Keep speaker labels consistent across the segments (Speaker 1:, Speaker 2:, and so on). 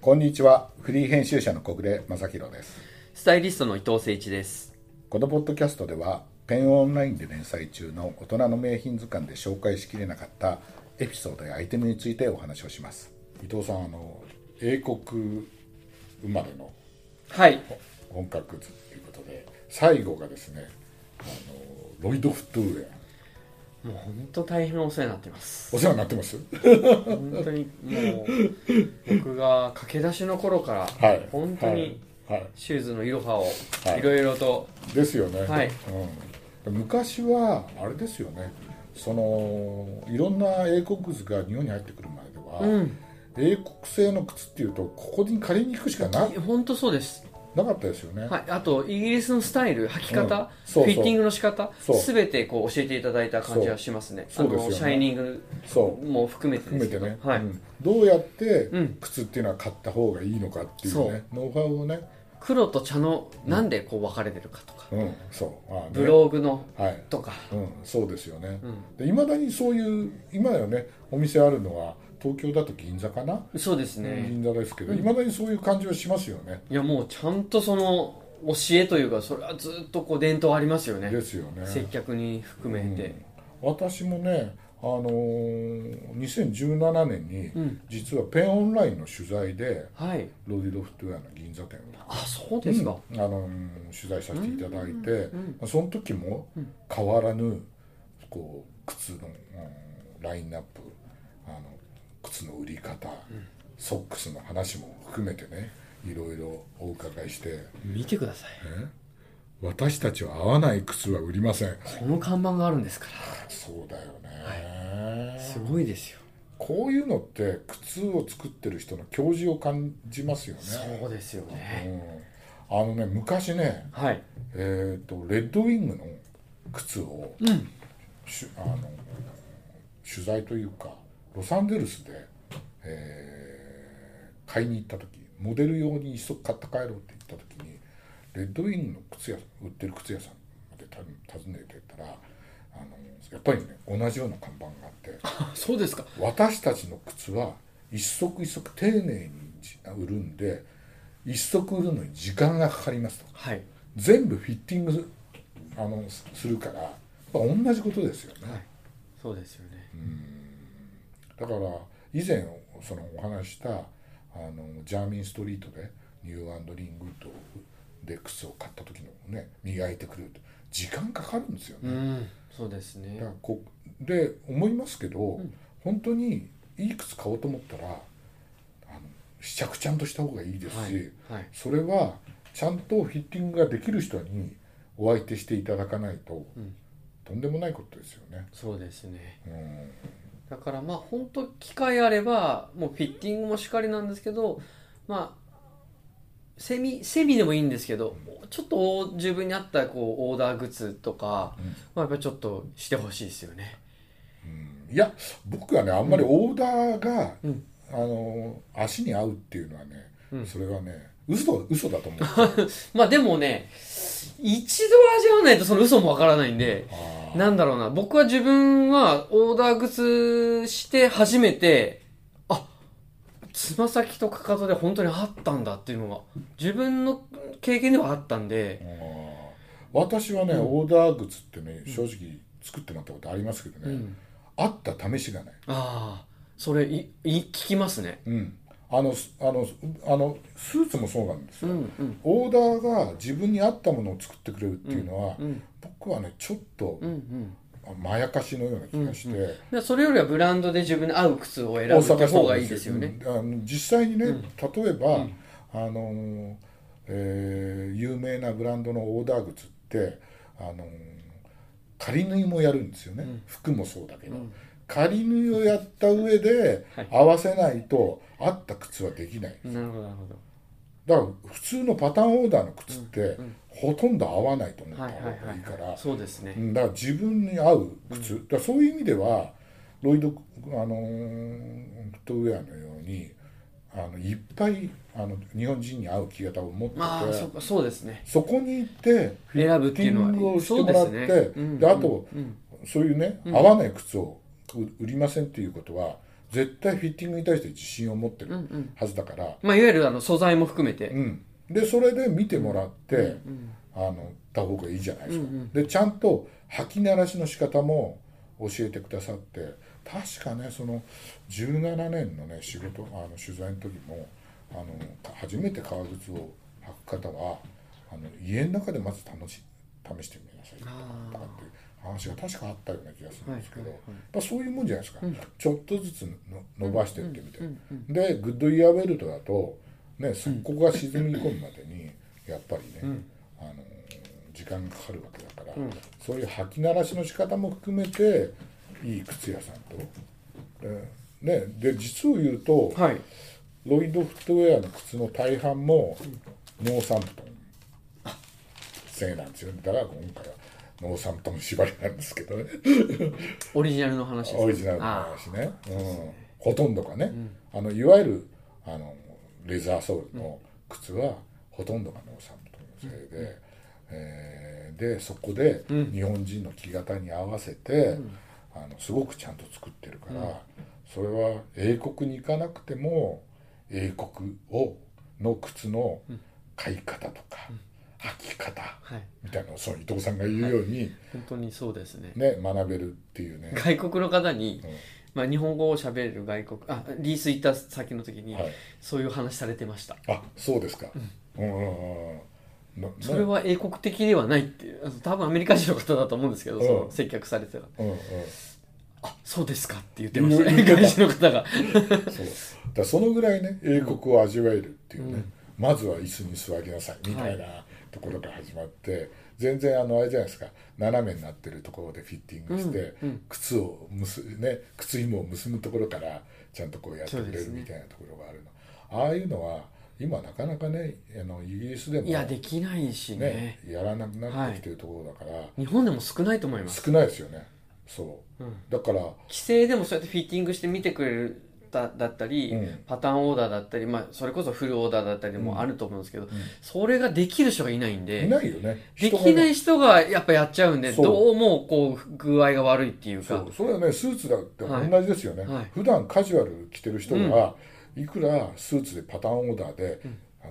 Speaker 1: こんにちはフリー編集者の小暮正弘です
Speaker 2: スタイリストの伊藤誠一です。
Speaker 1: このポッドキャストではペンオンラインで連載中の大人の名品図鑑で紹介しきれなかったエピソードやアイテムについてお話をします伊藤さんあの英国生まれの
Speaker 2: はい。
Speaker 1: 本格図ということで最後がですねあのロイド・フットウェア
Speaker 2: もう本当大変お世話になっ てます。
Speaker 1: お世話になってます
Speaker 2: 本当にもう、僕が駆け出しの頃から、
Speaker 1: はい
Speaker 2: 本当に
Speaker 1: はいはい
Speaker 2: シューズのいろはを
Speaker 1: はい
Speaker 2: いろいろと、
Speaker 1: ですよね、
Speaker 2: はい
Speaker 1: うん、昔はあれですよねそのいろんな英国靴が日本に入ってくる前では、
Speaker 2: うん
Speaker 1: 英国製の靴っていうとここに借りに行くしかな
Speaker 2: 本当そうです。
Speaker 1: なかったですよね、
Speaker 2: はい。あと、イギリスのスタイル、履き方、
Speaker 1: うんそうそう
Speaker 2: フィッティングの仕方
Speaker 1: そう、
Speaker 2: すべてこう教えていただいた感じはしますね。
Speaker 1: そうそうで
Speaker 2: あの、
Speaker 1: す
Speaker 2: シ
Speaker 1: よね
Speaker 2: ャイニング
Speaker 1: そう
Speaker 2: も含めてで
Speaker 1: 含め
Speaker 2: すけ
Speaker 1: て
Speaker 2: ど。
Speaker 1: ね、
Speaker 2: はい、
Speaker 1: うんどうやって
Speaker 2: うん
Speaker 1: 靴っていうのは買った方がいいのかっていうね、ノウハウをね、
Speaker 2: 黒と茶の、なんでこう分かれてるかとか、
Speaker 1: うん、そう、まあね
Speaker 2: ブログの
Speaker 1: はい、
Speaker 2: とか、
Speaker 1: うん、そうですよね
Speaker 2: うん
Speaker 1: いま、未だにそういう今よねお店あるのは東京だと銀座かな、
Speaker 2: そうですね。
Speaker 1: 銀座ですけどいま、未だにそういう感じはしますよね
Speaker 2: いやもうちゃんとその教えというかそれはずっとこう伝統ありますよね
Speaker 1: ですよね
Speaker 2: 接客に含めて、
Speaker 1: 私もね、あのー2017年に、
Speaker 2: ん
Speaker 1: 実はペンオンラインの取材で
Speaker 2: はい
Speaker 1: ロディ・ロフトウェアの銀座店を、
Speaker 2: あそうですか、
Speaker 1: うんあのー取材させていただいて、
Speaker 2: ん
Speaker 1: その時も変わらぬこう靴の、うんラインナップあの靴の売り方、ソックスの話も含めてねいろいろお伺いして
Speaker 2: 見てください
Speaker 1: 私たちは合わない靴は売りません
Speaker 2: この看板があるんですか
Speaker 1: そうだよね、
Speaker 2: らすごいですよ
Speaker 1: こういうのって靴を作ってる人の教示を感じますよね。
Speaker 2: そうですよね、
Speaker 1: うん、あのね昔ね、
Speaker 2: はい
Speaker 1: えー、とレッドウィングの靴を、
Speaker 2: ん
Speaker 1: しゅあの取材というかロサンゼルスで、えー買いに行った時モデル用に一足買って帰ろうって言った時にレッドウィングの靴屋さん売ってる靴屋さんまでた訪ねてったらあのやっぱりね同じような看板があって。
Speaker 2: あそうですか
Speaker 1: 私たちの靴は一足一足丁寧にじ売るんで一足売るのに時間がかかりますと
Speaker 2: はい
Speaker 1: 全部フィッティングあのすするから、まあ、同じことですよね、
Speaker 2: はいそうですよね、
Speaker 1: だから以前そのお話ししたあのジャーミンストリートでニューリングウッドで靴を買った時のね磨いてくると時間かかるんですよね、
Speaker 2: うんそうですね
Speaker 1: だからこで思いますけど、本当にいい靴買おうと思ったらあの試着ちゃんとした方がいいです
Speaker 2: はい
Speaker 1: し、
Speaker 2: はい
Speaker 1: それはちゃんとフィッティングができる人にお相手していただかないと、
Speaker 2: ん
Speaker 1: とんでもないことですよね。
Speaker 2: そうですね
Speaker 1: うん
Speaker 2: だからまあ本当機会あればもうフィッティングもしかりなんですけどまあセミセミでもいいんですけどちょっと自分に合ったこうオーダーグッズとか、
Speaker 1: ん
Speaker 2: まあ、やっぱりちょっとしてほしいですよね
Speaker 1: いや僕はねあんまりオーダーが、
Speaker 2: うん
Speaker 1: あの足に合うっていうのはね、
Speaker 2: うん
Speaker 1: それはね嘘嘘だと思うん ですよ
Speaker 2: まあでもね一度味わわないとその嘘もわからないんで
Speaker 1: あー
Speaker 2: なんだろうな僕は自分はオーダーグッズして初めてあつま先とかかとで本当にあったんだっていうのが自分の経験ではあったんで、
Speaker 1: あー私はね、オーダー靴ってね正直作ってもらったことありますけどね、
Speaker 2: うん
Speaker 1: あった試しがない、
Speaker 2: ああそれいい聞きますね
Speaker 1: うん、あのすあのすあのスーツもそうなんです
Speaker 2: う
Speaker 1: よ、
Speaker 2: んうん
Speaker 1: オーダーが自分に合ったものを作ってくれるっていうのは、
Speaker 2: うん
Speaker 1: 僕はねちょっと
Speaker 2: うんうん
Speaker 1: まやかしのような気がして、
Speaker 2: でそれよりはブランドで自分に合う靴を選ぶ
Speaker 1: 大阪
Speaker 2: って
Speaker 1: した
Speaker 2: 方
Speaker 1: 方
Speaker 2: が
Speaker 1: が
Speaker 2: い
Speaker 1: い
Speaker 2: い
Speaker 1: い
Speaker 2: で
Speaker 1: ですす
Speaker 2: よ
Speaker 1: よ
Speaker 2: ね
Speaker 1: あの実際にね、例えば、あのーえー有名なブランドのオーダー靴ってあのー仮縫いもやるんですよね、服もそうだけど、仮縫いをやった上で
Speaker 2: はい
Speaker 1: 合わせないと合った靴はできない
Speaker 2: なるほどなるほど
Speaker 1: だから普通のパターンオーダーの靴って、ほとんど合わないと思った
Speaker 2: はい
Speaker 1: 方
Speaker 2: はい
Speaker 1: が
Speaker 2: はい
Speaker 1: いから、
Speaker 2: はいそうですね
Speaker 1: うんだから自分に合う靴、だからそういう意味ではロイド、あのーフットウェアのようにあのいっぱいあの日本人に合う着方を持ってて
Speaker 2: まあそっかそうですね
Speaker 1: そこに行ってフィ
Speaker 2: 選ぶ
Speaker 1: ッ
Speaker 2: って
Speaker 1: テ
Speaker 2: いう
Speaker 1: ィ
Speaker 2: の
Speaker 1: ング
Speaker 2: は
Speaker 1: をして
Speaker 2: そう
Speaker 1: も
Speaker 2: で
Speaker 1: らっ
Speaker 2: す
Speaker 1: て
Speaker 2: ね
Speaker 1: で,、
Speaker 2: うん
Speaker 1: あと、
Speaker 2: うん
Speaker 1: そういうね合わない靴を売売りませんっていうことは絶対フィッティングに対して自信を持って
Speaker 2: うんう
Speaker 1: る
Speaker 2: ん
Speaker 1: はずだから、
Speaker 2: まあいわゆるあの素材も含めて、
Speaker 1: うん、でそれで見てもらって、
Speaker 2: うん
Speaker 1: あのた方がいいじゃないですか、
Speaker 2: うんうん
Speaker 1: でちゃんと吐き鳴らしの仕方も教えてくださって確かねその17年のね仕事あの取材の時もあの初めて革靴を履く方はあの家の中でまず試し試してみなさいとか
Speaker 2: あ
Speaker 1: っていう話が確かあったような気がするんですけど、
Speaker 2: はいはいはい
Speaker 1: やっぱそういうもんじゃないですか、ちょっとずつの伸ばしていってみて、
Speaker 2: うんうんうん
Speaker 1: でグッドイヤーベルトだとねそこが沈み込むまでにやっぱりね、あのー時間がかかるわけだから、
Speaker 2: うん
Speaker 1: そういう履き鳴らしの仕方も含めていい靴屋さんと、えーねで実を言うと、
Speaker 2: あはい
Speaker 1: ロイドフットウェアの靴の大半もノーサンプトン製なんですよねだから今回はノーサンプトン縛りなんですけどね
Speaker 2: オリジナルの話です
Speaker 1: オリジナルの
Speaker 2: あ
Speaker 1: 話ね、うん、ほとんどがね、あのいわゆるあのレザーソールの靴はほとんどがノーサンプトンのせいで、えーでそこで
Speaker 2: うん
Speaker 1: 日本人の着型に合わせて、あのすごくちゃんと作ってるから、それは英国に行かなくても英国をの靴の買い方とか、履き方
Speaker 2: あはい
Speaker 1: みたいなのをその伊藤さんが言うように、
Speaker 2: 本当にそうですね
Speaker 1: ね、学べるっていうね。
Speaker 2: 外国の方に、
Speaker 1: うん
Speaker 2: まあ、日本語を喋れる外国あリース行った先の時に、
Speaker 1: はい
Speaker 2: そういう話されてました
Speaker 1: あそうですか。うんうんうんうん。な
Speaker 2: それは英国的ではないっていうあの多分アメリカ人の方だと思うんですけど、
Speaker 1: うん
Speaker 2: その接客されてたら
Speaker 1: うんうん。
Speaker 2: 「あそうですか」って言ってました
Speaker 1: 言
Speaker 2: ね
Speaker 1: う言う
Speaker 2: 外人の方が
Speaker 1: そう。だからそのぐらいね英国を味わえるっていうね、まずは椅子に座りなさいみたいなところから始まって、全然あのあれじゃないですか斜めになってるところでフィッティングして、
Speaker 2: うんうん
Speaker 1: 靴を結ね靴紐を結ぶところからちゃんとこうやってく
Speaker 2: そう
Speaker 1: れ
Speaker 2: です
Speaker 1: る
Speaker 2: ね
Speaker 1: みたいなところがあるの。ああいうのは今なかなかねあのイギリスでも
Speaker 2: いやできないしね
Speaker 1: ねやらなくなってきてるところだから、
Speaker 2: 日本でも少ないと思います、
Speaker 1: 少ないですよね。そう。
Speaker 2: うん、
Speaker 1: だから。
Speaker 2: 規制でもそうやってフィッティングして見てくれるだだったり、
Speaker 1: うん
Speaker 2: パターンオーダーだったり、まあ、それこそフルオーダーだったりもあると思うんですけど、それができる人がいないんで
Speaker 1: いないよね。
Speaker 2: で
Speaker 1: 人が
Speaker 2: きない人がやっぱやっちゃうんで
Speaker 1: そう
Speaker 2: どうもこう具合が悪いっていう
Speaker 1: そ
Speaker 2: か
Speaker 1: うそれはねスーツだって
Speaker 2: はい
Speaker 1: 同じですよね、
Speaker 2: はい
Speaker 1: 普段カジュアル着てる人が、いくらスーツでパターンオーダーで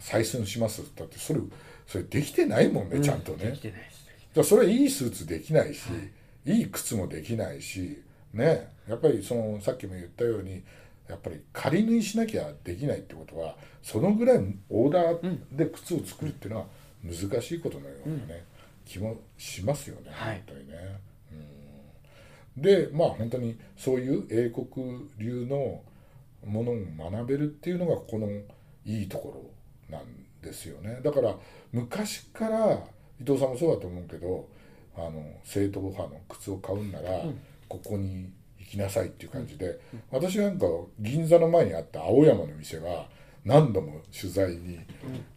Speaker 1: 採寸しますって言ったってそれそれできてないもんね、ちゃんとね
Speaker 2: で
Speaker 1: だ
Speaker 2: き
Speaker 1: か
Speaker 2: てないですね
Speaker 1: らそれいいスーツできないし、い、い靴もできないしねやっぱりそのさっきも言ったようにやっぱり仮縫いしなきゃできないってことはそのぐらいオーダーで靴を作るっていうのは難しいことのようなね、気もしますよね、
Speaker 2: はい
Speaker 1: 本当にね。うんでまあ本当にそういう英国流のものを学べるっていうのがここのいいところなんですよねだから昔から伊藤さんもそうだと思うけどあの正統派の靴を買うんなら、ここに行きなさいっていう感じで、私なんかは銀座の前にあった青山の店は何度も取材に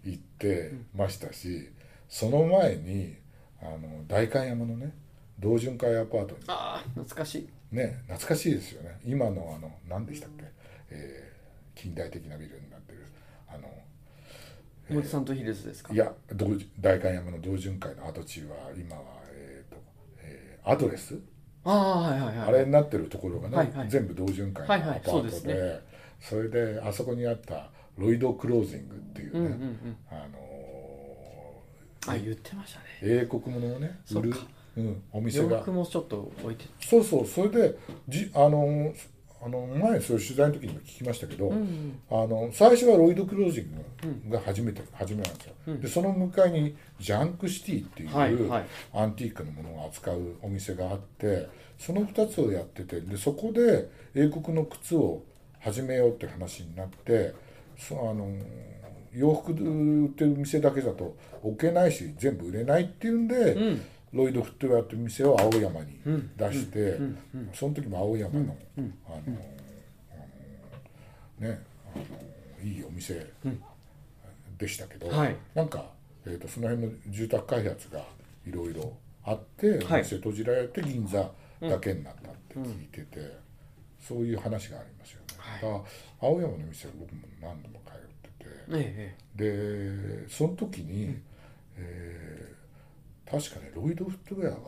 Speaker 1: 行ってましたし、その前にあの代官山のね同潤会アパートに
Speaker 2: ああ懐かしい
Speaker 1: ね懐かしいですよね今のあの何でしたっけ、えー近代的なビルになってるあの
Speaker 2: 表参道ヒルズですか
Speaker 1: いや同代官山の同潤会の跡地は今はえっ、と、えーアドレス、
Speaker 2: ああはいはいはい
Speaker 1: あれになってるところがね、
Speaker 2: はいはい
Speaker 1: 全部同潤会の
Speaker 2: は
Speaker 1: ア
Speaker 2: いはい
Speaker 1: パ
Speaker 2: そう
Speaker 1: ー
Speaker 2: で
Speaker 1: ト
Speaker 2: す
Speaker 1: で,、
Speaker 2: ね
Speaker 1: それであそこにあったロイドクロージングっていうね、
Speaker 2: うんうんうん
Speaker 1: あの
Speaker 2: あ言ってましたね
Speaker 1: ー英国ものをね売る
Speaker 2: そっか、
Speaker 1: うん、お店
Speaker 2: 洋
Speaker 1: が
Speaker 2: 服もちょっと置いて
Speaker 1: そうそうそれでじあのあの前そういう取材の時にも聞きましたけど、
Speaker 2: うん
Speaker 1: あの最初はロイド・クロージングが初めて、初めなんですよ、でその向かいにジャンクシティってい
Speaker 2: はいうはい
Speaker 1: アンティークのものを扱うお店があってその2つをやっててでそこで英国の靴を始めようって話になってそあの洋服売ってる店だけだと置けないし全部売れないっていうんで、
Speaker 2: ん
Speaker 1: ロイド・フットウェアっていう店を青山に出して、その時も青山の、あのねあのいいお店でしたけど、
Speaker 2: はい
Speaker 1: なんか、えー、とその辺の住宅開発がいろいろあって、
Speaker 2: はい
Speaker 1: お店閉じられて銀座だけになったって聞いてて、そういう話がありますよね。
Speaker 2: はい
Speaker 1: だから青山の店は僕も何度も通ってて
Speaker 2: ええ
Speaker 1: でその時に、えー確かねロイド・フットウェアがあ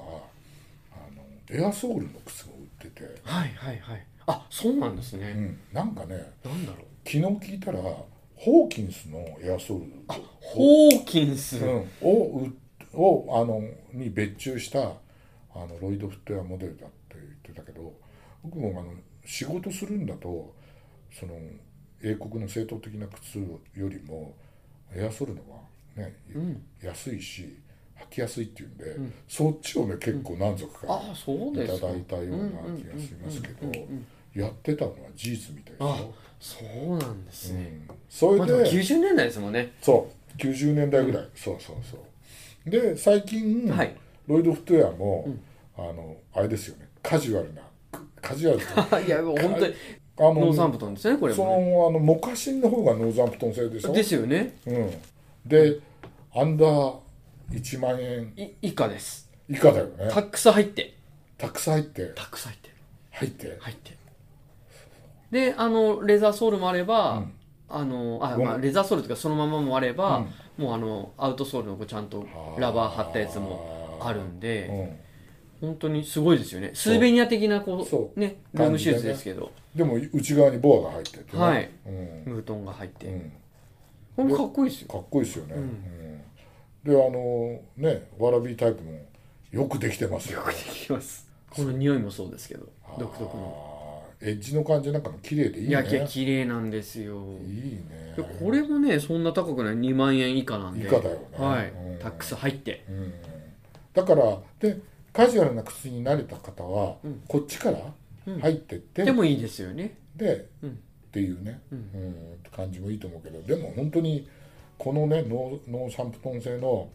Speaker 1: のエアソールの靴を売ってて
Speaker 2: はいはいはいあそうなんです
Speaker 1: う
Speaker 2: ね、
Speaker 1: ん、なんかね
Speaker 2: なんだろう
Speaker 1: 昨日聞いたらホーキンスのエアソール
Speaker 2: ホーキンス、
Speaker 1: うん、をうをあのに別注したあのロイド・フットウェアモデルだって言ってたけど僕もあの仕事するんだとその英国の正統的な靴よりもエアソルのは、ね
Speaker 2: ん
Speaker 1: 安いし履きやすいっていうんで、
Speaker 2: ん
Speaker 1: そっちをね結構何足か
Speaker 2: あそう
Speaker 1: い
Speaker 2: で
Speaker 1: た
Speaker 2: すか
Speaker 1: だいたような気がしますけどやってたのは事実みたいで
Speaker 2: あ
Speaker 1: すよ。
Speaker 2: そうなんです
Speaker 1: う
Speaker 2: ね、
Speaker 1: ん、それ
Speaker 2: まあ、
Speaker 1: で、
Speaker 2: でも90年代ですもんね
Speaker 1: そう90年代ぐらい、そうそうそうで最近、
Speaker 2: はい
Speaker 1: ロイド・フットウェアも、あのあれですよねカジュアルなカジュアルあ
Speaker 2: いやもう本当に
Speaker 1: の
Speaker 2: ノーサンプトンですねこれ
Speaker 1: そ
Speaker 2: も、
Speaker 1: のあのモカシンの方がノーザンプトン製でしょ
Speaker 2: ね、ですよね
Speaker 1: うん、でアンダー1万円
Speaker 2: い以下です
Speaker 1: 以下だよね
Speaker 2: タックス入って
Speaker 1: たくさん入って
Speaker 2: タックス入って
Speaker 1: 入って
Speaker 2: 入ってであのレザーソールもあれば、
Speaker 1: うん
Speaker 2: あのあ、
Speaker 1: ゴム
Speaker 2: まあ、レザーソールというかそのままもあれば、もうあのアウトソールのこうちゃんとラバー貼ったやつもあるんで、
Speaker 1: うん
Speaker 2: 本当にすごいですよねスーベニア的なこ
Speaker 1: そう
Speaker 2: ね
Speaker 1: 感じでね
Speaker 2: ルームシューズですけど
Speaker 1: でも内側にボアが入ってて、ね
Speaker 2: はい
Speaker 1: うん
Speaker 2: ムートンが入って、
Speaker 1: うん、
Speaker 2: ほんとかっこいいですよ
Speaker 1: かっこいいですよね、うんであのねわらびタイプもよくできてますよ
Speaker 2: できますこの匂いもそうですけど独特の
Speaker 1: のエッジの感じなんかも綺麗でいい
Speaker 2: いや
Speaker 1: ね
Speaker 2: 綺麗なんですよ
Speaker 1: いいね
Speaker 2: でこれもねそんな高くない2万円以下なんで
Speaker 1: 以下だよね
Speaker 2: はい
Speaker 1: うん
Speaker 2: タックス入って
Speaker 1: うん、だからでカジュアルな靴に慣れた方は、こっちから入ってって、
Speaker 2: でもいいですよね
Speaker 1: で、
Speaker 2: うん
Speaker 1: っていうね、うんって感じもいいと思うけどでも本当にこのねノーノーサンプトン製の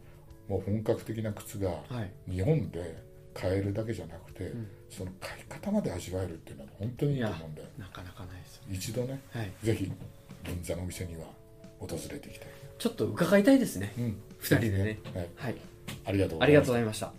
Speaker 1: もう本格的な靴が、
Speaker 2: はい
Speaker 1: 日本で買えるだけじゃなくて、その買い方まで味わえるっていうのは本当にいいと思うんで
Speaker 2: なかなかないですよ
Speaker 1: 一度ね
Speaker 2: はい
Speaker 1: ぜひ銀座のお店には訪れてきて、
Speaker 2: ちょっと伺いたいですね
Speaker 1: うん
Speaker 2: 二人でね
Speaker 1: はい、
Speaker 2: はい
Speaker 1: ありがとうござ
Speaker 2: あり
Speaker 1: い
Speaker 2: が
Speaker 1: ま
Speaker 2: とう
Speaker 1: す
Speaker 2: ございました